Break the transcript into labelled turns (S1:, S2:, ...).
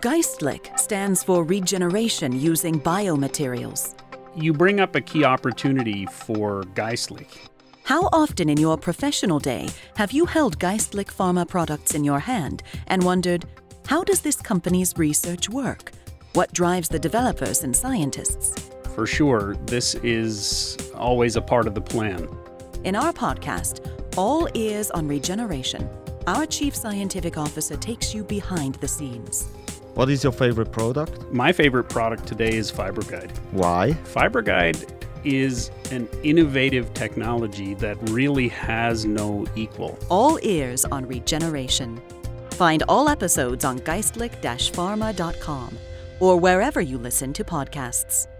S1: Geistlich stands for regeneration using biomaterials.
S2: You bring up a key opportunity for Geistlich.
S1: How often in your professional day have you held Geistlich Pharma products in your hand and wondered, how does this company's research work? What drives the developers and scientists?
S2: For sure, this is always a part of the plan.
S1: In our podcast, All Ears on Regeneration, our Chief Scientific Officer takes you behind the scenes.
S3: What is your favorite product?
S2: My favorite product today is FiberGuide.
S3: Why?
S2: FiberGuide is an innovative technology that really has no equal.
S1: All Ears on Regeneration. Find all episodes on geistlich-pharma.com or wherever you listen to podcasts.